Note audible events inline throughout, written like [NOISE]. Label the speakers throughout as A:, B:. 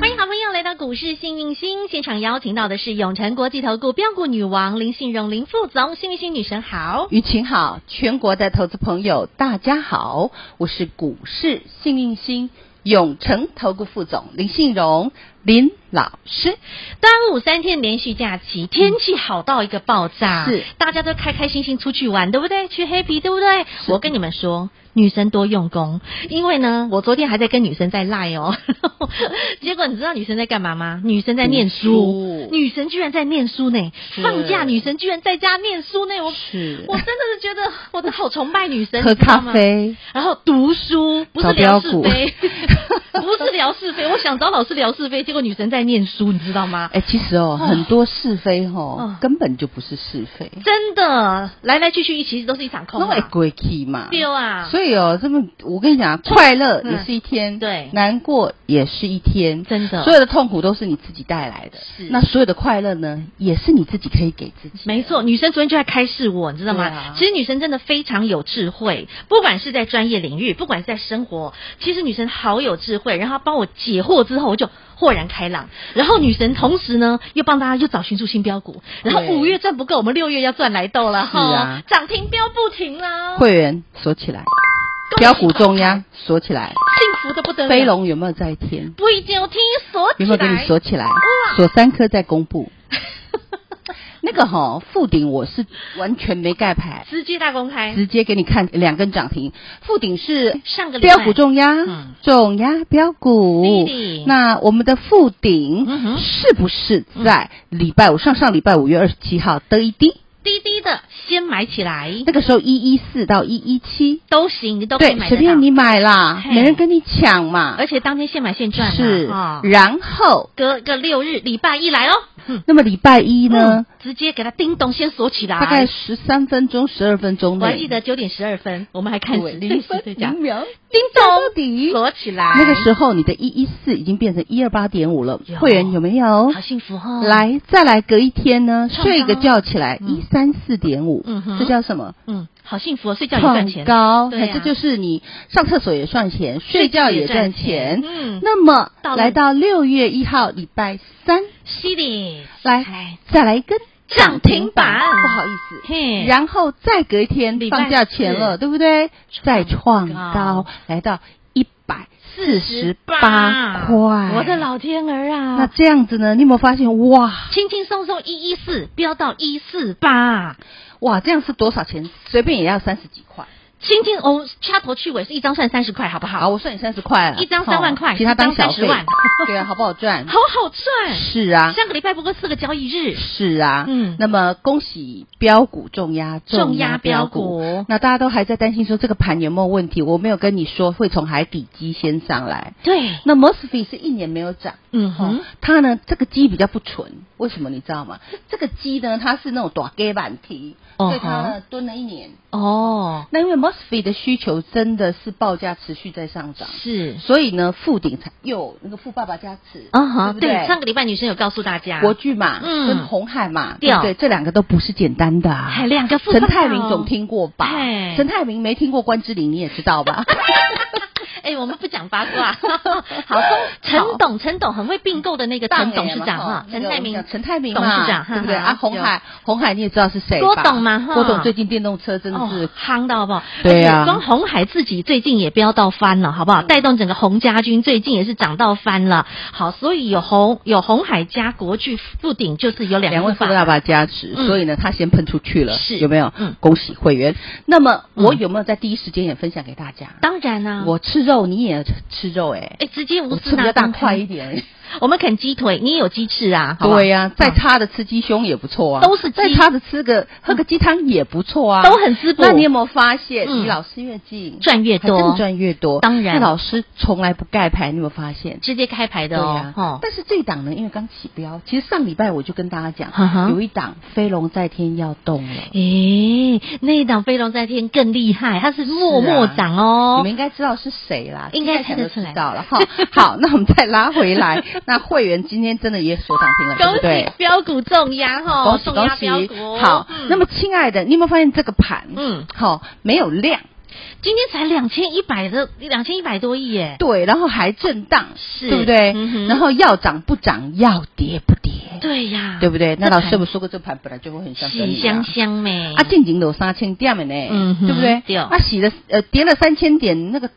A: 欢迎好朋友来到股市幸运星现场，邀请到的是永诚国际投顾标股女王林信荣林副总，幸运星女神好。
B: 于晴好，全国的投资朋友大家好，我是股市幸运星永诚投顾副总林信荣林老师。
A: 端午三天连续假期，天气好到一个爆炸，
B: 是
A: 大家都开开心心出去玩，对不对？去 happy，对不对？
B: 是
A: 我跟你们说。女生多用功，因为呢，我昨天还在跟女生在赖哦， [LAUGHS] 结果你知道女生在干嘛吗？女生在念书
B: 读书，
A: 女生居然在念书呢！
B: 是
A: 放假女生居然在家念书呢！我
B: 是
A: 我真的是觉得我都好崇拜女生，
B: 喝
A: 你知道
B: 咖
A: 吗，
B: 啡，
A: 然后读书，不是
B: 找
A: 聊
B: 标
A: 是
B: 股
A: 非， [LAUGHS] 不是聊是非。我想找老师聊是非，结果女生在念书，你知道吗？
B: 哎、其实哦，
A: 哦
B: 很多是非哦，
A: 嗯
B: 根本就不是是非，
A: 真的，来来去去，一其实都是一场空
B: 那会
A: 啊。
B: 归去嘛。
A: 对啊，
B: 哎所以哦，这么我跟你讲，快乐
A: 嗯
B: 也是一天，
A: 对
B: 难过也是一天，
A: 真的
B: 所有的痛苦都是你自己带来的，
A: 是
B: 那所有的快乐呢，也是你自己可以给自己。
A: 没错，女生昨天就在开示我，你知道吗？
B: 对啊
A: 其实女生真的非常有智慧，不管是在专业领域，不管是在生活，其实女生好有智慧。然后她帮我解惑之后，我就豁然开朗。然后女神同时呢，又帮大家又找寻出新标股。然后
B: 对
A: 五月赚不够，我们六月要赚来豆了
B: 是啊
A: 齁涨停标不停啦，
B: 会员锁起来，
A: 恭喜
B: 标股中央锁起来，
A: 幸福的不得了。
B: 飞龙有没有在天？
A: 不一定有听锁起来，
B: 有没有给
A: [LAUGHS]
B: 你锁起来？锁三颗再公布。那个哈、附顶我是完全没盖牌，
A: 直接大公开。
B: 直接给你看两根涨停。附顶是
A: 上个礼拜
B: 标股重压
A: 嗯，
B: 重压标股
A: 是的。
B: 那我们的附顶
A: 嗯哼嗯
B: 是不是在礼拜五上上礼拜五月二十七号的一低？
A: 滴滴的先买起来
B: 那个时候一一四到一一七，
A: 都行，嗯你都可以
B: 对
A: 买，得
B: 随
A: 到。
B: 便你买啦，
A: 嘿
B: 没人跟你抢嘛。
A: 而且当天现买现赚啊
B: 是
A: 啊，
B: 然后
A: 隔个六日礼拜一来哦，嗯，
B: 那么礼拜一呢，
A: 直接给他叮咚先锁起来。
B: 大概十三分钟、十二分钟
A: 我
B: 内，
A: 还记得九点十二分，我们还看
B: 对
A: 时
B: 零
A: 对
B: 分
A: 时对
B: [LAUGHS]
A: 讲，
B: 零秒
A: 叮
B: 到
A: 咚
B: 底。
A: 锁起来。
B: 那个时候你的一一四已经变成一二八点五了
A: 有，
B: 会员有没有
A: 好？幸福哈、哦，，
B: 来，再来隔一天呢，
A: 创高
B: 睡个觉起来
A: 嗯
B: 一三四点五
A: 嗯哼，
B: 这叫什么？
A: 嗯，好幸福、哦，睡觉也赚
B: 创
A: 钱，
B: 高，
A: 对啊
B: 哎这就是你上厕所也算钱，睡觉也赚钱。
A: 嗯，
B: 那么
A: 到了
B: 来到六月一号礼拜三，
A: 犀利，
B: 来
A: 哎，
B: 再来一根
A: 涨停板
B: 不好意思，
A: 嘿，
B: 然后再隔一天
A: 礼拜
B: 放假前了，
A: 四
B: 对不对？再创
A: 高
B: 高，来到一百四十
A: 48
B: 八块。
A: 我的！老天儿啊！
B: 那这样子呢？你有没有发现？哇
A: 轻轻松松一一四飙到一四八，
B: 哇，这样是多少钱？随便也要三十几块。
A: 轻轻哦，掐头去尾是一张算三十块，好不
B: 好，
A: 好？
B: 我算你三十块了，
A: 一张三万
B: 哦
A: 块
B: 其他当
A: 一张
B: 小
A: 30
B: 费
A: 万。
B: [LAUGHS] 对啊，好不好赚？
A: 好好赚。
B: 是啊，
A: 上个礼拜不过四个交易日，
B: 是啊。
A: 嗯
B: 那么恭喜标股重压，
A: 重压标
B: 股。
A: 股，
B: 那大家都还在担心说这个盘有没有问题？我没有跟你说会从海底基先上来。
A: 对，
B: 那 m o s f e 是一年没有涨，
A: 嗯
B: 哦
A: 哼，，
B: 它呢这个鸡比较不纯，为什么你知道吗？这个鸡呢它是那种短 gay 板蹄，
A: 哦
B: 所以它呢蹲了一年。
A: 哦，
B: 那因为 m o s f e 的需求真的是报价持续在上涨，
A: 是，
B: 所以呢富鼎才又有那个富爸爸加持，
A: 啊哈，
B: 对不对
A: 对，上个礼拜女生有告诉大家，
B: 国巨嘛，
A: 嗯
B: 跟红海嘛，
A: 对
B: 对不对？这两个都不是简单的啊。
A: 还两个副
B: 陈
A: 班
B: 泰
A: 哦
B: 明总，听过吧
A: 嘿？
B: 陈泰明没听过关之琳，你也知
A: [LAUGHS]
B: 道吧？
A: 哎，我们不讲八 [LAUGHS] 卦，好，陈董，陈董很会并购的那个陈董事长哈，
B: 那
A: 陈
B: 个
A: 泰明，
B: 陈泰明
A: 董
B: 嘛
A: 事长，
B: 对不对
A: 哈哈
B: 啊？红海，红海你也知道是谁吧？
A: 郭董嘛哈
B: 郭董最近电动车真的
A: 哦
B: 是，
A: 夯到好不好？
B: 对啊
A: 而且光红海自己最近也飙到翻了，好不好？带动整个红家军最近也是涨到翻了。好，所以有红有红海加国巨富鼎，就是有两
B: 两位
A: 位
B: 富
A: 法
B: 爸爸加持，
A: 嗯
B: 所以呢，他先喷出去了，
A: 是
B: 有没有
A: 嗯？
B: 恭喜会员。那么
A: 嗯
B: 我有没有在第一时间也分享给大家？
A: 当然啦、啊
B: 我吃肉，你也吃肉哎、
A: 哎，直接
B: 我
A: 无视
B: 吃比
A: 那
B: 较大块一。点。
A: 我们啃鸡腿，你也有鸡翅啊？ [LAUGHS] 好不好
B: 对呀、再差的吃鸡胸也不错啊，
A: 都是鸡嗯
B: 再差的吃个喝个鸡汤也不错啊，
A: 都很滋补
B: 那你有没有发现，
A: 嗯
B: 离老师越近，
A: 赚越
B: 还真
A: 多
B: 的，赚越多？
A: 当然
B: 那老师从来不盖牌，你有没有发现？
A: 直接开牌的哦
B: 呀。、
A: 哦，
B: 但是这档呢，因为刚起标，其实上礼拜我就跟大家讲，
A: 哈哈啊
B: 有一档飞龙在天要动了。
A: 诶，哎那一档飞龙在天更厉害，它是默默涨
B: 啊你
A: 哦
B: 们。应该知道是谁啦，
A: 应该
B: 现
A: 看
B: 在
A: 得
B: 可能
A: 出来
B: 知道了哈。
A: [LAUGHS]
B: 好，那我们再拉回来， [LAUGHS] 那会员今天真的也锁涨停了，对
A: 恭
B: 不对
A: 喜？标股重压哈，
B: 恭喜
A: 重
B: 恭
A: 压标
B: 喜
A: 股。！
B: 好，
A: 嗯
B: 那么亲爱的，你有没有发现这个盘？
A: 嗯，
B: 好，没有量，
A: 今天才两千一百的两千一百多亿耶，
B: 对，然后还震荡，
A: 是
B: 对不对
A: 嗯哼？
B: 然后要涨不涨，要跌不跌，
A: 对呀，
B: 对不对？那
A: 这
B: 老
A: 盘
B: 师有没有说过，这盘本来就会很像跟
A: 喜
B: 你啊
A: 香香美
B: 啊，近景有三千点的呢，
A: 嗯哼
B: 对不对？
A: 对
B: 啊，洗了呃跌了三千点，那个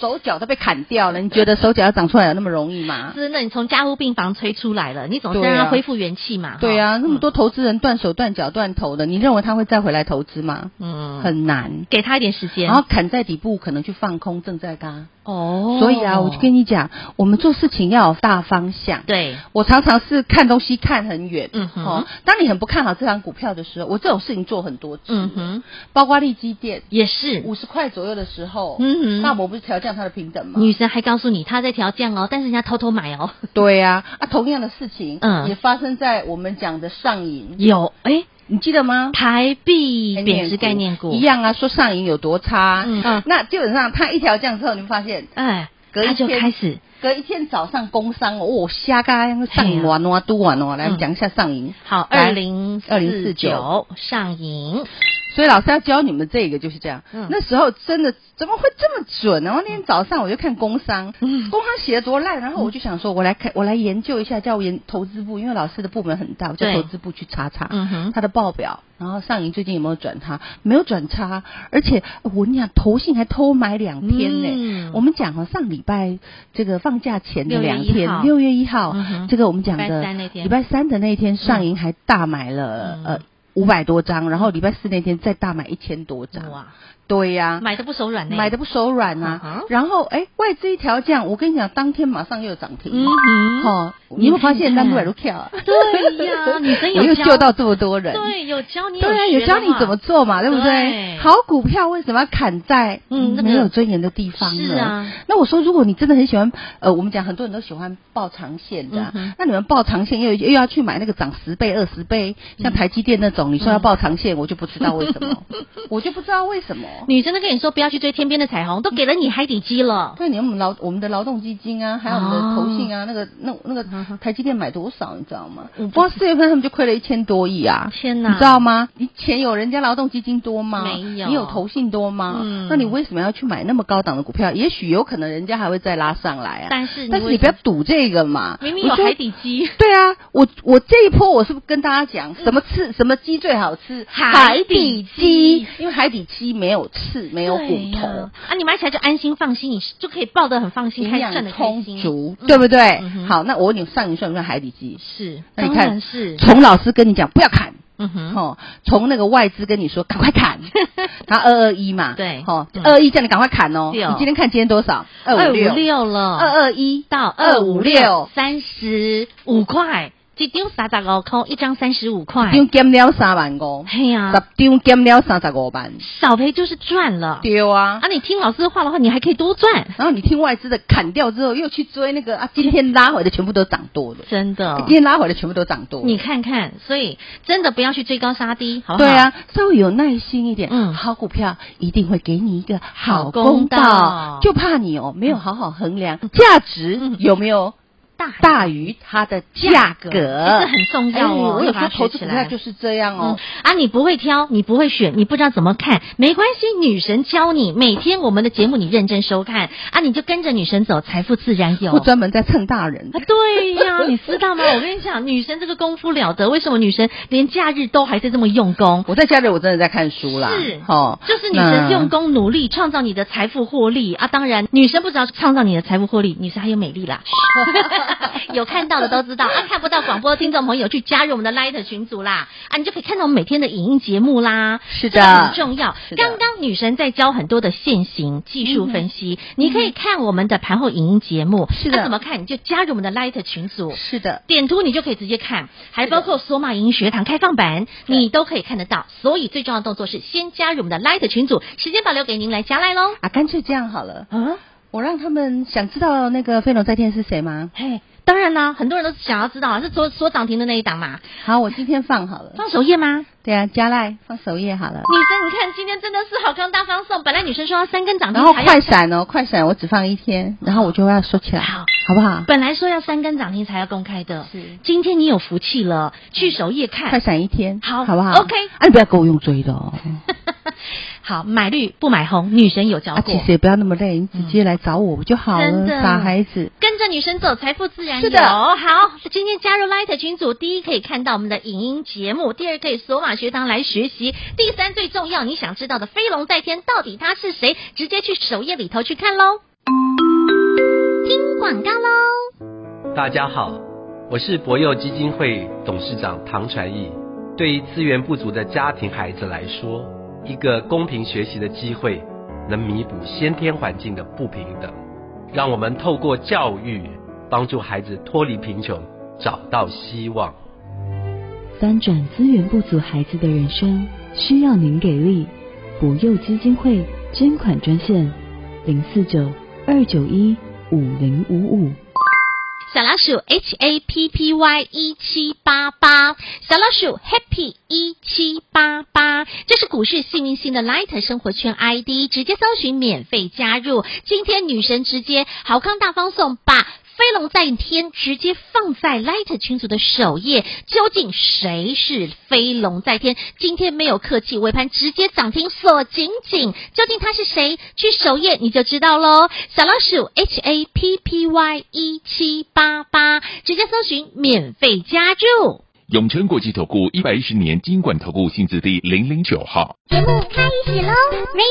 B: 手脚都被砍掉了，你觉得手脚要长出来有那么容易吗？
A: 是，那你从家护病房催出来了，你总是
B: 对
A: 让
B: 啊
A: 它恢复元气嘛。
B: 对
A: 哈，
B: 啊，那么多投资人断手断脚断头的，你认为他会再回来投资吗？
A: 嗯，
B: 很难。
A: 给他一点时间
B: 然。后砍在底部，可能去放空正在嘎。
A: 哦
B: 所以啊，我就跟你讲，我们做事情要有大方向。
A: 对，
B: 我常常是看东西看很远，
A: 嗯哼
B: 哦，当你很不看好这张股票的时候，我这种事情做很多次，
A: 嗯哼，
B: 包括利基店，
A: 也是。
B: 五十块左右的时候，
A: 嗯哼
B: 那我不是调降它的平等吗？
A: 女神还告诉你她在调降哦，但是人家偷偷买哦。
B: 对呀、啊，同样的事情，
A: 嗯
B: 也发生在我们讲的上影，
A: 有哎，
B: 你记得吗？
A: 台币贬值概念股
B: 一，样啊，说上影有多差，
A: 嗯嗯
B: 那基本上它一调降之后，你会发现
A: 哎，
B: 隔一
A: 他就
B: 天
A: 开始
B: 隔一天早上工商哦，我瞎嘎上
A: 哎
B: 影哇哇嘟哇哇，来
A: 嗯
B: 讲一下上影。
A: 好二
B: 来
A: 零
B: 2049
A: 九上影，
B: 所以老师要教你们这个就是这样。
A: 嗯
B: 那时候真的怎么会这么准呢？我那天早上我就看工商，
A: 嗯
B: 工商写的多烂，然后我就想说，我来看，我来研究一下，叫我研投资部，因为老师的部门很大，我叫
A: 对
B: 投资部去查查
A: 嗯哼
B: 他的报表，然后上银最近有没有转差？没有转差，而且呃我跟你讲，投信还偷买两天呢。
A: 嗯
B: 我们讲哦，上礼拜这个放假前的
A: 6月
B: 两
A: 1
B: 天，
A: 号
B: 六月一号
A: 嗯哼，
B: 这个我们讲
A: 礼拜
B: 的
A: 三那天
B: 礼拜三的那一天，上银还大买了
A: 嗯
B: 呃五百多张，然后礼拜四那天再大买一千多张。
A: 哇，
B: 对呀、
A: 买的不手软呢，
B: 买的不手软呐、
A: 嗯哼
B: 然后哎，外资一调降，我跟你讲，当天马上又涨停。
A: 嗯哼，
B: 哦，你有没有发现
A: 你看
B: 南都百都跳啊？
A: 对呀女生有
B: 我又
A: 教
B: 救到这么多人。
A: 对，有教你，
B: 对啊，有
A: 学
B: 教
A: 的
B: 你
A: 嘛
B: 怎么做嘛，对不对？
A: 对
B: 好股票为什么要砍在
A: 嗯那个
B: 没有尊严的地方呢？
A: 是啊，
B: 那我说，如果你真的很喜欢，呃，我们讲很多人都喜欢抱长线的啊、
A: 嗯哼
B: 那你们抱长线又又要去买那个涨十倍、二十倍，
A: 嗯
B: 像台积电那种，你说要抱长线，我就不知道为
A: [LAUGHS]
B: 什么，我就不知道为什么。
A: 女生都跟你说不要去追天边的彩虹，都给了你海底鸡了，
B: 对，你看我们劳我们的劳动基金啊，还有我们的投信啊，那个那那
A: 哦嗯哼
B: 个台积电买多少，你知道吗？
A: 嗯
B: 不过四月份他们就亏了一千多亿啊，
A: 天
B: 你
A: 哪！
B: 知道吗？你钱有人家劳动基金多吗？
A: 没有
B: 你有投信多吗？
A: 嗯
B: 那你为什么要去买那么高档的股票？也许有可能人家还会再拉上来啊，
A: 但是
B: 但是
A: 为
B: 你不要
A: 什么
B: 赌这个嘛。
A: 明明有
B: 我觉得
A: 海底鸡，嗯
B: 对啊，我我这一波我是不是跟大家讲，什么刺什么鸡最好吃？
A: 海底鸡
B: 海底鸡，因为海底鸡没有刺，没有骨
A: 对
B: 头。
A: 呀啊，你买起来就安心放心，你就可以抱得很放心，
B: 营
A: 看赚
B: 养
A: 的
B: 充
A: 开心，
B: 足，
A: 嗯
B: 对不对？
A: 嗯哼
B: 好，那我问你，上一算不算海底鸡？
A: 是，
B: 那你
A: 当
B: 看
A: 然是，
B: 从老师跟你讲不要砍，
A: 嗯哼，
B: 哦，从那个外资跟你说赶快
A: [LAUGHS]
B: 砍，他二二一嘛，
A: 对
B: 哦，
A: 嗯
B: 二一叫你赶快砍哦。
A: 对哦
B: 你今天看今天多少？二五六，
A: 六了，
B: 二二一
A: 到二五
B: 256
A: 六，三十五块，一张三十五块，一张三十五块，
B: 张减了三万五，
A: 嘿呀、
B: 十张减了三十五万，
A: 少赔就是赚了。
B: 对啊
A: 啊啊，。你听老师的话的话，你还可以多赚，
B: 然后你听外资的砍掉之后，又去追那
A: 嗯
B: 个啊，今天拉回的全部都涨多了，
A: 真的
B: 今。天拉回的全部都涨多
A: 哦
B: 了。
A: 你看看，所以真的不要去追高杀低，好不好？
B: 对，啊，稍微有耐心一点，
A: 嗯
B: 好股票一定会给你一个好
A: 好
B: 公
A: 公
B: 道，
A: 道
B: 就怕你哦没有好好衡量价值
A: 嗯
B: 有没有
A: 大
B: 大于它的价格，
A: 这很重要哦。
B: 哎我
A: 要
B: 有时
A: 把它
B: 候投
A: 学
B: 资
A: 起
B: 股票
A: 来。
B: 就是这样
A: 嗯
B: 哦。
A: 啊，你不会挑，你不会选，你不知道怎么看，没关系，女神教你。每天我们的节目你认真收看啊，你就跟着女神走，财富自然有。
B: 我嗯专门在蹭大人
A: 啊，，对呀，你知道吗？我跟你讲，女生这个功夫了得，为什么女生连假日都还在这么用功？
B: 我在家里我真的在看书啦，
A: 是
B: 哦，
A: 就是女生用
B: 功。
A: 功努力创
B: [LAUGHS]
A: 造你的财富获利啊！当然，女生不只要创造你的财富获利，女生还有美丽啦。有看到的都知道啊，看不到广播的听众朋友去加入我们的 Light 群组啦啊，你就可以看到我们每天的影音节目啦，
B: 是
A: 这个
B: 的
A: 很重要。
B: 是的
A: 刚刚女神在教很多的现行技术分
B: 嗯
A: 析，你可以看我们的盘后影音节目，啊
B: 是的
A: 那怎么看？你就加入我们的 Light 群组。
B: 是的，
A: 点图你就可以直接看，还包括索马影音学堂开放版，
B: 对
A: 你都可以看得到。所以最重要的动作是先加入我们的 Light 群组，时间保留给您来加来喽。
B: 啊，干脆这样好了，
A: 啊，
B: 我让他们想知道那个飞龙在天是谁吗？
A: 嘿，当然啦，很多人都想要知道啊，是昨所涨停的那一档嘛，
B: 好，我今天放好了。
A: 放首页吗？
B: 对啊，加赖放首页好了。
A: 女生，你看今天真的是好康大方送，本来女生说要三根涨停
B: 然后
A: 才
B: 快
A: 要，
B: 闪哦，快闪！我只放一天，然后我就要收起来，
A: 好
B: 好不好？
A: 本来说要三根涨停才要公开的，
B: 是
A: 今天你有福气了，去首页
B: 快
A: 看。
B: 闪一天，
A: 好
B: 好不好
A: OK
B: 啊，你不要给我用追的哦，
A: [LAUGHS] 好，买绿不买红，女神有教
B: 啊，
A: 过
B: 其，实也不要那么累，你直接来找我就好
A: 真
B: 了，
A: 的
B: 傻孩子。
A: 跟着女神走，财富自然有。
B: 是的
A: 好，今天加入 Light 群组，第一可以看到我们的影音节目，第二可以索马学堂来学习，第三最重要，你想知道的飞龙在天到底他是谁，直接去首页里头去看喽。听广告喽。
C: 大家好，我是博幼基金会董事长唐传义。对于资源不足的家庭孩子来说，一个公平学习的机会，能弥补先天环境的不平等。让我们透过教育，帮助孩子脱离贫穷，找到希望。
D: 翻转资源不足孩子的人生，需要您给力。博幼基金会捐款专线：零四九二九一五零五五。
A: 小老鼠 H A P P Y 一七八八，小老鼠 Happy 一七八八，这是股市幸运星的 Light 生活圈 ID，直接搜寻免费加入。今天女神直接好康大方送，把飞龙在天直接放在 Light 群组的首页，究竟谁是飞龙在天？今天没有客气，尾盘直接涨停锁紧紧，究竟他是谁？去首页你就知道喽。小老鼠 H A P P Y 一七八八，直接搜寻免费加入。
E: 永诚国际投顾一百一十年金管投顾新字第零零九号。
A: 节目开始喽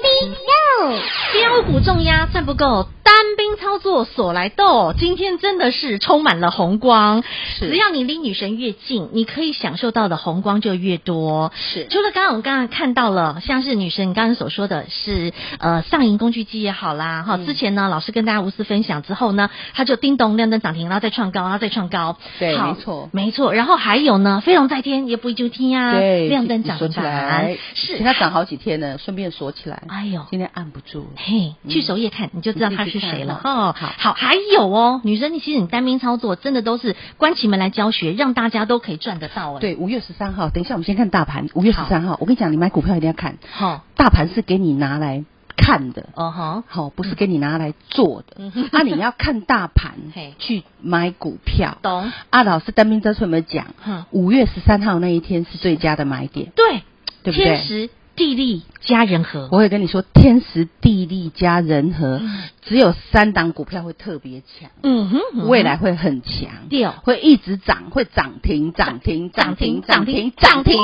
A: ，Ready Go！标股重压赚不够，单兵操作所来斗。今天真的是充满了红光，
B: 是
A: 只要你离女神越近，你可以享受到的红光就越多。
B: 是
A: 除了刚刚我们刚刚看到了，像是女神刚刚所说的是，呃，上银工具机也好啦，哈、
B: 嗯
A: 之前呢老师跟大家无私分享之后呢，它就叮咚亮灯涨停，然后再创高，然后再创高，
B: 对
A: 好
B: 没错
A: 没错。然后还有呢，飞龙在天也不一就天啊，
B: 对，
A: 亮灯
B: 你
A: 涨
B: 锁起
A: 板
B: 来，
A: 是
B: 其他涨好几天呢，顺便锁起来。
A: 哎呦
B: 今天按不住，
A: 嘿，
B: 嗯
A: 去首页看你就知道他是谁了哦。
B: 好
A: 好，还有哦，女生其实你单兵操作真的都是关起门来教学，让大家都可以赚得到哎。，
B: 对，五月十三号，等一下我们先看大盘。五月十
A: 好
B: 三号，我跟你讲，你买股票一定要看，
A: 好，
B: 大盘是给你拿来看的，
A: 哦吼，
B: 好，不是给你拿来做的。 [LAUGHS] 啊，你要看大盘
A: 嗯 [LAUGHS] 嘿
B: 去买股票。
A: 懂？嗯
B: 啊，老师单兵这次有没有讲
A: 哼？
B: 五月十三号那一天是最佳的买点，
A: 对，
B: 对不
A: 天
B: 对？
A: 时地利加人和，
B: 我会跟你说，天时地利加人和，只有三档股票会特别强，
A: 嗯哼，嗯嗯哼
B: 未来会很强，
A: 六
B: 会一直涨，会涨停，涨停，
A: 涨
B: 涨
A: 停
B: 停，
A: 涨
B: 涨
A: 停
B: 停，
A: 涨停
B: 涨停。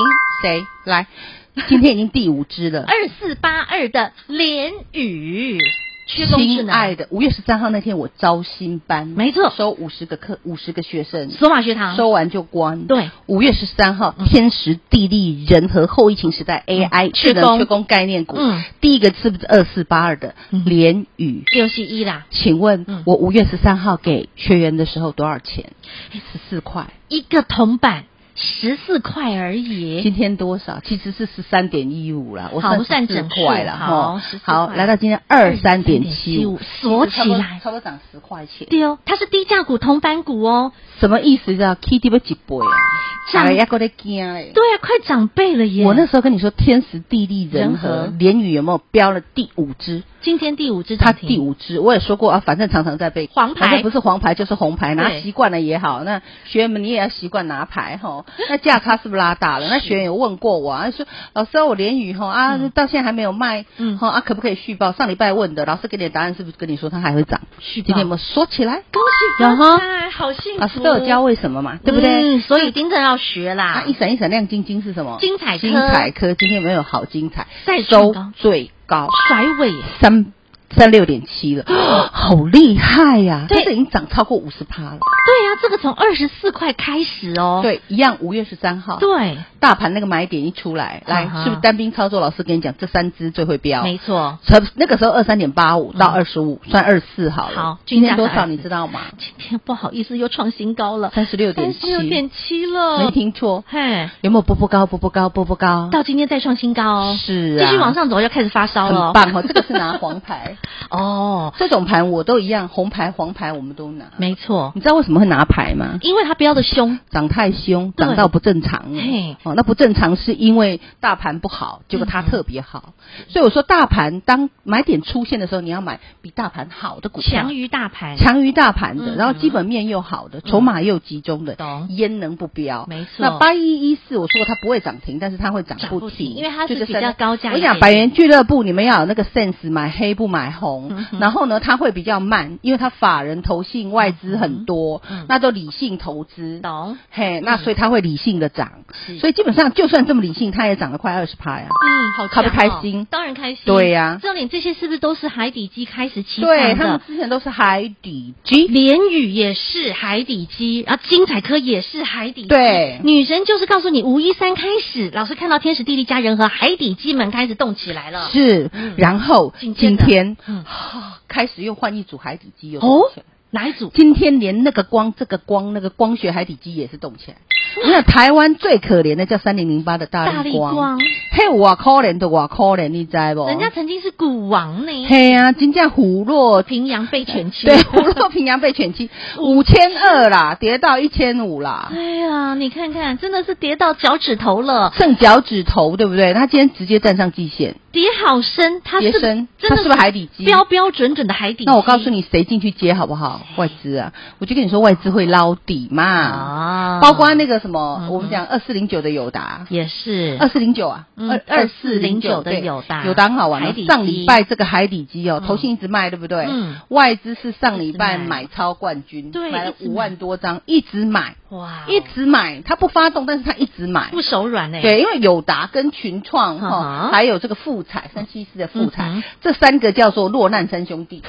B: 谁
A: [LAUGHS]
B: 来？今天已经第五只了。
A: 二四八二的连雨，缺工智
B: 亲爱
A: 能，
B: 的，五月十三号那天我招新班，
A: 没错
B: 收五十个课，五十个学生，
A: 索马学堂，
B: 收完就关。
A: 对，
B: 五月十三号
A: 嗯，
B: 天时地利人和，后疫情时代 AI
A: 缺
B: 智
A: 工
B: 能缺工概念股
A: 嗯，
B: 第一个是不是二四八二的
A: 嗯
B: 联宇？
A: 六十一啦，
B: 请问
A: 嗯
B: 我五月十三号给学员的时候多少钱？
A: 哎
B: 十四块。
A: 一个铜板十四块而已。
B: 今天多少？其实是十三点一五啦，
A: 哎
B: 我
A: 好
B: 算
A: 算
B: 十
A: 整
B: 四
A: 数
B: 块了
A: 好
B: 哈
A: 14。
B: 好，
A: 块
B: 来到今天二三点七五，
A: 锁起来
B: 差不多差不多涨十块钱。
A: 对哦，它是低价股、铜板股哦。
B: 什么意思？叫 Kitty 要几倍啊？
A: 涨
B: 大家还搁在惊嘞。
A: 对啊，快长辈了耶！
B: 我那时候跟你说天时地利人
A: 人
B: 和
A: 和，
B: 连宇有没有标了第五只？
A: 今天第五只
B: 它
A: 涨停，
B: 第五只，我也说过啊，反正常常在被
A: 黄牌
B: 反正不是黄牌就是红牌，拿
A: 对
B: 习惯了也好。那学员们你也要习惯拿牌
A: [LAUGHS]
B: 哈。那价差是不是拉大了？那学员有问过我啊，说老师啊我连雨哈啊、到现在还没有卖，
A: 嗯
B: 哈啊可不可以续报？上礼拜问的，老师给你的答案是不是跟你说它还会涨？
A: 续报
B: 今天有没有说起来？
A: 恭喜发
B: 有哈
A: 财，好幸福！
B: 老师都有教为什么嘛，对不对？
A: 嗯所以真的要学啦
B: 啊，。一闪一闪亮晶晶是什么？
A: 精彩科
B: 精彩科，今天有没有好精彩？
A: 再创
B: 收
A: 高
B: 最高
A: 甩尾耶，
B: 三三六点七
A: [GASPS]
B: 了，好厉害呀、
A: 对
B: 但是已经涨超过五十趴了。
A: 对啊呀、这个从二十四块开始哦。
B: 对，一样五月十三号，
A: 对，
B: 大盘那个买点一出来，来、
A: 啊哈
B: 是不是单兵操作？老师跟你讲，这三只最会飙。
A: 没错。
B: 从那个时候二三点八五到
A: 嗯
B: 二十五，算二四好了。
A: 好
B: 今天
A: 均
B: 多
A: 价是
B: 少
A: 24
B: 你知道吗？
A: 今天不好意思又创新高了，
B: 三十六
A: 呃三
B: 点
A: 十六
B: 七，
A: 点七了，
B: 没听错，
A: 嘿，
B: 有没有步步高？步步高，步步高，
A: 到今天再创新高哦，
B: 是啊，
A: 继续往，上走要开始发烧
B: 很
A: 了，
B: 棒哦。这个是拿黄
A: [LAUGHS]
B: 牌，
A: 哦，
B: 这种盘我都一样，红牌、黄牌我们都拿。
A: 没错，
B: 你知道为什么会拿牌吗？
A: 因为它飙的凶，
B: 涨太凶，
A: 对
B: 涨到不正常了
A: 嘿。
B: 哦，那不正常是因为大盘不好，结果它特别
A: 嗯
B: 好。所以我说，大盘当买点出现的时候，你要买比大盘好的股票
A: 强，于大盘，
B: 强于大盘的，
A: 嗯
B: 然后基本面又好的，筹码又集中的
A: 懂，
B: 焉能不飙？
A: 没错
B: 那八一一四，我说过它不会涨停，但是它会涨
A: 涨不
B: 不
A: 停
B: 停，
A: 因为它是
B: 就这
A: 比较
B: 三
A: 高价
B: 我跟你
A: 一
B: 讲，
A: 点
B: 百元俱乐部你们要有那个 sense，买黑不买红
A: 嗯。哼
B: 然后呢，它会比较慢，因为它法人投信外资很多
A: 嗯哼嗯，
B: 那都理性投资。
A: 懂，
B: 嘿，那所以它会理性的涨，
A: 是
B: 所以基本上就算这么理性，它也涨了快二十趴呀。
A: 嗯，好强哦，
B: 开不开心
A: 当然开心，
B: 对呀
A: 重点这些是不是都是海底鸡开始起
B: 对
A: 涨
B: 他们
A: 的？
B: 之前都是海底鸡，
A: 联宇也是海底鸡，然后金彩科也是海底鸡。
B: 对
A: 女神就是告诉你，五一三开始，老师看到天时地利家人和海底鸡们开始动起来了。
B: 是
A: 嗯，
B: 然后
A: 紧接着
B: 今天
A: 嗯
B: 开始又换一组海底鸡，有
A: 哦
B: 动起来。
A: 哪一组？
B: 今天连那个光、这个光、那个光学海底鸡也是动起来。你看台湾最可怜的叫三零零八的
A: 大
B: 大
A: 力
B: 力
A: 光
B: 光，，嘿，我可怜的我可怜，你知不？
A: 人家曾经是股王呢。
B: 嘿呀、啊，真正虎落
A: 平阳被犬欺。
B: 对 [LAUGHS] 虎落平阳被犬欺，五千二啦，跌到一千五啦，
A: 哎呀，你看看，真的是跌到脚趾头了，
B: 剩脚趾头对不对？他今天直接站上季线，
A: 跌好深，它是
B: 跌深
A: 真的
B: 它是不是海底鸡
A: 标标准准的海底鸡。
B: 那我告诉你谁进去接好不好？
A: 哎
B: 外资啊，我就跟你说外资会捞底嘛，
A: 啊，
B: 包括那个什么
A: 嗯，
B: 我们讲二四零九的友达，
A: 也是
B: 二四零九啊，
A: 嗯
B: 二
A: 2409的
B: 对
A: 友达
B: 友达很好玩
A: 海
B: 哦
A: 底。鸡
B: 上礼拜这个海底鸡哦，
A: 嗯
B: 投信一直卖，对不对？
A: 嗯
B: 外资是上礼
A: 一
B: 拜
A: 直买
B: 买超冠军，
A: 对
B: 买了
A: 一直买
B: 五万多张，一直买，
A: 哇，
B: 一直买，它不发动，但是它一直买
A: 不。手软呢。
B: 对，因为友达跟群创哈、
A: 嗯哼
B: 还有这个富彩三七四的富彩、
A: 嗯哼
B: 这三个叫做落难三兄
A: [LAUGHS]
B: 弟。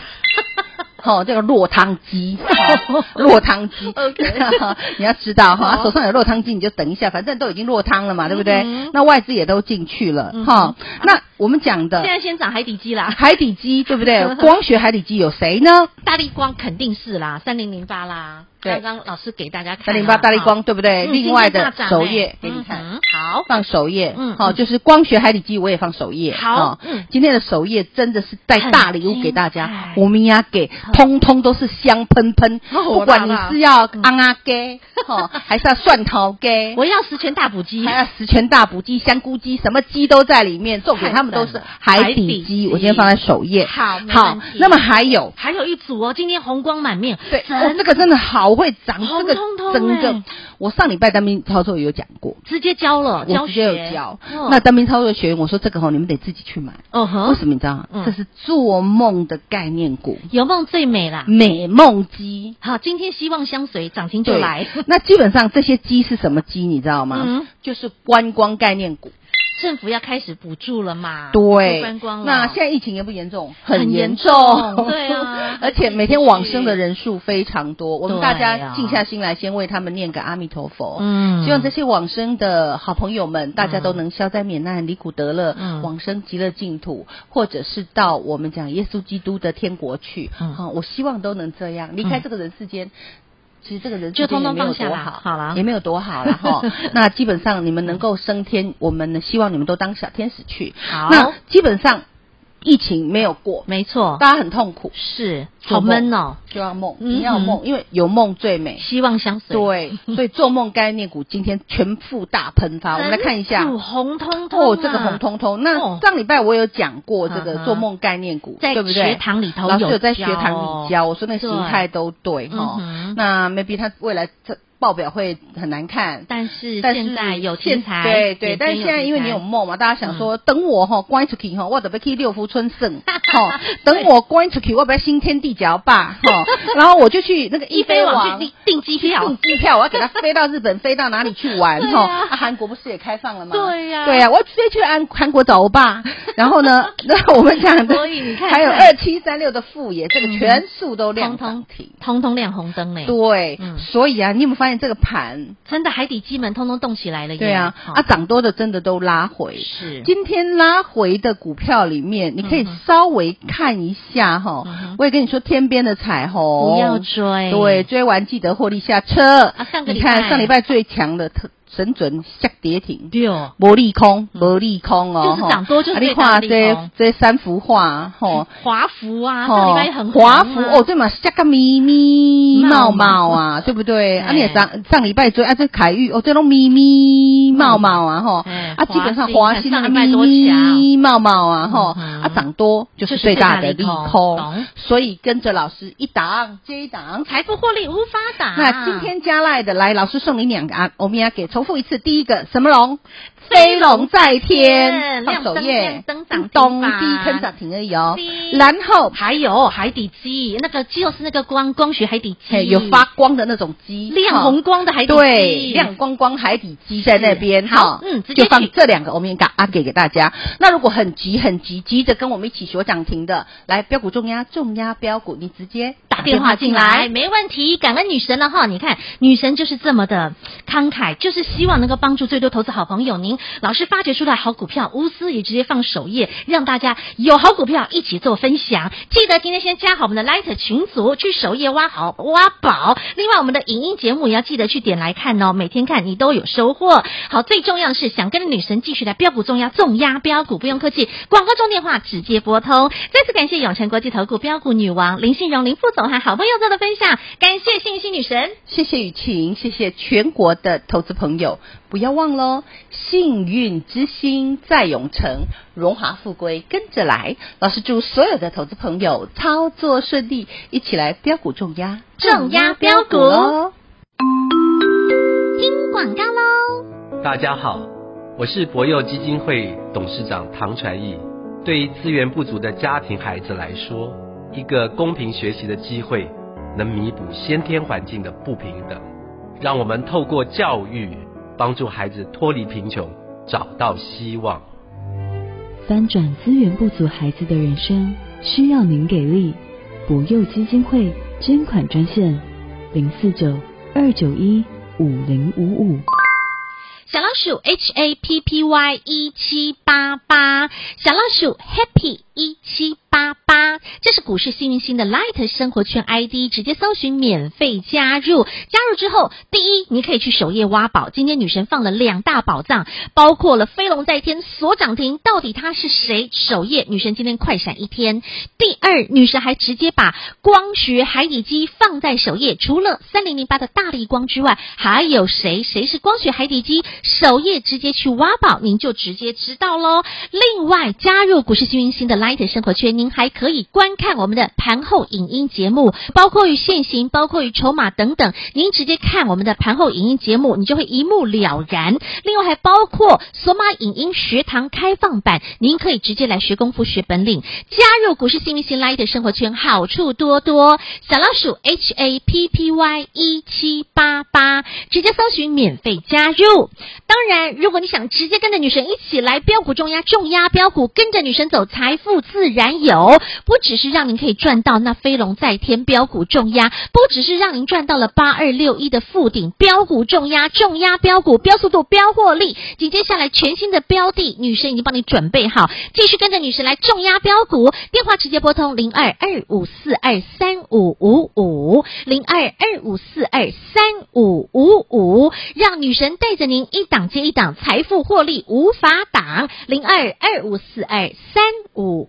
B: 哦，这个落汤鸡， [LAUGHS] 落汤鸡
A: 哦 OK
B: [LAUGHS] 你要知道哈，
A: 好
B: 手上有落汤鸡，你就等一下，反正都已经落汤了嘛，对不对
A: 嗯哼？
B: 那外资也都进去了
A: 嗯哼
B: 哈。那我们讲
A: 现
B: 的
A: 在嗯先涨海底鸡啦，
B: 海底鸡，对不对？光学海底鸡有谁呢？
A: 大力光肯定是啦，三零零八啦，
B: 对
A: 刚刚老师给大家看
B: 三零
A: 了
B: 八大力光，
A: 啊
B: 对不对？
A: 嗯
B: 另外
A: 今天大
B: 的
A: 涨
B: 首
A: 欸
B: 页给你看。
A: 嗯哼好，
B: 放首页，
A: 嗯
B: 好、
A: 嗯
B: 就是光学海底鸡，我也放首页。
A: 好
B: 哦
A: 嗯
B: 今天的首页真的是带大礼物给大
A: 很精
B: 家
A: 彩，
B: 我们呀给，通通都是香喷喷，
A: 哦我
B: 不管你
A: 辣辣
B: 是要昂啊给，
A: [LAUGHS]
B: 哈、还是要蒜头给。
A: 我要十全大补鸡，
B: 还有十全大补鸡、香菇鸡，什么鸡都在里面。重点
A: 太
B: 他们都
A: 赞
B: 是
A: 了
B: 海
A: 海底
B: 底鸡，
A: 鸡
B: 我今天放在首页。
A: 好没
B: 好
A: 问题，
B: 那么还有，
A: 还有一组哦，今天红光满面，
B: 对，
A: 真
B: 哦，这个真的好会涨，
A: 红
B: 这个
A: 彤彤
B: 整
A: 欸
B: 个，我上礼拜单兵操作有讲过，
A: 直接教了，教
B: 我哦直接
A: 学
B: 有教
A: 嗯。
B: 那单兵操作的学员，我说这个吼，你们得自己去买。
A: 嗯哼，
B: 为什么你知道吗
A: 嗯？
B: 这是做梦的概念股，
A: 有梦最美啦？
B: 美梦鸡。
A: 好，今天希望相随，涨嗯停就
B: 对
A: 来，
B: 那基本上这些鸡是什么鸡，你知道吗？
A: 嗯
B: 就是观光概念股。
A: [LAUGHS] 政府要开始补助了嘛？
B: 对，
A: 啊就观光了。
B: 那现在疫情严不严重？
A: 很严
B: 严
A: 重
B: 重，
A: 对啊
B: [LAUGHS] 而且每天往生的人数非常多，我们大
A: 对啊
B: 家静下心来，先为他们念个阿弥陀佛。
A: 嗯
B: 希望这些往生的好朋友们，大家都能消灾免难，离苦得乐，
A: 嗯
B: 往生极乐净土，或者是到我们讲耶稣基督的天国去。
A: 嗯
B: 好、我希望都能这样离开这个人世间。其实这个人世
A: 就
B: 间
A: 通
B: 也
A: 通
B: 没有
A: 放下
B: 多
A: 啦
B: 好，
A: 好啦
B: 也没有多好
A: [LAUGHS]
B: 了哈。那基本上你们能够升天，我们呢希望你们都当小天使去。
A: 好，
B: 那基本上疫情没有过，
A: 没错，
B: 大家很痛苦，
A: 是好
B: 做梦
A: 闷哦，
B: 就要梦，
A: 嗯
B: 你要梦，因为有梦最美。
A: 希望相随。
B: 对，所以做梦概念股今天全副大喷发，
A: 整
B: 啊我们来看一下
A: 组。红通通、啊、
B: 哦，这个红彤彤，
A: 哦
B: 那上礼拜我有讲过这
A: 嗯哼
B: 个做梦概念股，
A: 在
B: 对不对？
A: 学堂里头
B: 老师
A: 有
B: 有在
A: 教
B: 哦学堂里教，我说那个形态都对
A: 嗯
B: 哈
A: 哼。
B: 那 maybe 它未来这报表会很难看。
A: 但是
B: 但是
A: 现在有
B: 现
A: 题材，
B: 对对，
A: 眼睛
B: 但是现在因为
A: 题材嗯
B: 你有梦嘛，大家想说，等我哈关出去哈，我得要去六福村
A: [LAUGHS]
B: 胜，哈，等我关出去，我不要新天地角吧，
A: [LAUGHS]
B: 哈，然后我就去那个
A: 一
B: 易
A: 飞
B: 飞
A: 网
B: 网
A: 去订订机
B: 去
A: 票
B: 订，机票，我要给他飞到日本，飞到哪里去玩
A: 对
B: 哈？
A: 啊
B: 啊韩国不是也开放了吗？
A: 对啊呀
B: 对呀，啊我直接去韩韩国找欧巴。然后呢，
A: [LAUGHS]
B: 那我们讲的，
A: 所以你看
B: 还有
A: 看嗯
B: 二七三六的副业，这个全数都亮
A: 通
B: 涨
A: 通
B: 停。
A: 通通亮红灯嘞，
B: 对
A: 嗯，
B: 所以啊，你有没有发现这个盘？
A: 真的海底鸡门通通动起来了耶！
B: 对啊，
A: 哦
B: 啊，涨多的真的都拉回。
A: 是
B: 今天拉回的股票里面，你可以
A: 嗯哼
B: 稍微看一下哈
A: 嗯哼。
B: 我也跟你说，天边的彩虹
A: 不要追，
B: 哦对，，追完记得获利下车。
A: 哎啊上个
B: 你
A: 礼拜
B: 看上礼拜最强的特神准下跌停，
A: 对哦，
B: 无利空，无利空哦，
A: 就是涨多就是
B: 啊
A: 最
B: 你
A: 大
B: 看
A: 的利空
B: 这这三幅画吼。
A: 华孚啊，上礼
B: 哦
A: 拜也很红啊
B: 华孚哦，，对嘛，下个咪咪
A: 冒
B: 冒冒啊，对不对？
A: 哎
B: 啊，你也上上礼拜追啊，这凯玉哦，这都咪咪冒冒啊，吼
A: 哎
B: 啊，基本上
A: 华
B: 华
A: 兴
B: 兴
A: 上
B: 啊
A: 礼拜
B: 咪
A: 多强
B: 咪冒冒啊，
A: 嗯
B: 吼
A: 哼
B: 啊，涨多就是
A: 就是
B: 最
A: 最大
B: 大的
A: 利
B: 利
A: 空懂
B: 空，所以跟着老师一档接一档，
A: 财富获利无法打。
B: 那今天加赖的来，老师送你两个啊，欧米亚给重复一次，第一个什么龙？
A: 飞
B: 飞
A: 龙
B: 龙
A: 在
B: 在
A: 天
B: 天，放手
A: 亮
B: 耶，
A: 灯亮灯涨停
B: 咚
A: 板
B: 第一根涨停而已哦
A: 是。
B: 然后
A: 还有海底鸡，那个就是那个光光学海底
B: 嘿
A: 鸡，
B: 有发光的那种鸡，
A: 亮红光的海
B: 哈，
A: 底鸡，
B: 对，亮光光海底鸡在那边
A: 是
B: 哈
A: 好，嗯直接
B: 就放
A: 取
B: 这两个欧米伽啊给给大家。那如果很急很急，急着跟我们一起学涨停的，来标股重压重压标股，你直接
A: 打电话进来，。没问题，感恩女神了哈！你看，女神就是这么的慷慨，就是希望能够帮助最多投资好朋友您。老师发掘出来好股票，无私也直接放首页，让大家有好股票一起做分享。记得今天先加好我们的 Light 群组，去首页挖好挖宝。另外，我们的影音节目也要记得去点来看哦，每天看你都有收获。好，最重要的是想跟着女神继续来标股重压重压标股，不用客气，广告中电话直接拨通。再次感谢永诚国际投顾标股女王林信荣林副总和好朋友做的分享，感谢幸运星女神。
B: 谢谢雨晴，谢谢全国的投资朋友，不要忘喽！幸运之星在永城，荣华富贵跟着来。老师祝所有的投资朋友操作顺利，一起来标股重压，
A: 重压标股
B: 哦！
A: 听广告喽。
C: 大家好，我是博幼基金会董事长唐传义。对于资源不足的家庭孩子来说，一个公平学习的机会，能弥补先天环境的不平等。让我们透过教育，帮助孩子脱离贫穷，找到希望。
D: 翻转资源不足孩子的人生，需要您给力。补幼基金会捐款专线：零四九二九一五零五五。
A: 小老鼠 H A P P Y 一七八八，小老鼠 Happy 一七八八，这是股市幸运星的 Light 生活圈 ID，直接搜寻免费加入。加入之后，第一，你可以去首页挖宝，今天女神放了两大宝藏，包括了飞龙在天所涨停，到底它是谁？首页女神今天快闪一天。第二，女神还直接把光学海底机放在首页，除了三零零八的大力光之外，还有谁？谁是光学海底机？首页直接去挖宝，您就直接知道喽。另外，加入股市幸运星的 Light 生活圈，您还可以观看我们的盘后影音节目，包括于现行，包括于筹码等等，您直接看我们的盘后影音节目，你就会一目了然。另外还包括索马影音学堂开放版，您可以直接来学功夫、学本领。加入股市幸运星 Light 生活圈，好处多多。小老鼠 H A P P Y 一七八八，直接搜寻免费加入。当然，如果你想直接跟着女神一起来标股重压、重压标股，跟着女神走，财富自然有。不只是让您可以赚到那飞龙在天标股重压，不只是让您赚到了八二六一的附顶标股重压、重压标股标速度、标获利。紧接下来全新的标的，女神已经帮你准备好，继续跟着女神来重压标股。电话直接拨通零二二五四二三五五五零二二五四二三五五五，让女神带着您一档接一档，财富获利无法挡。零二二五四二三五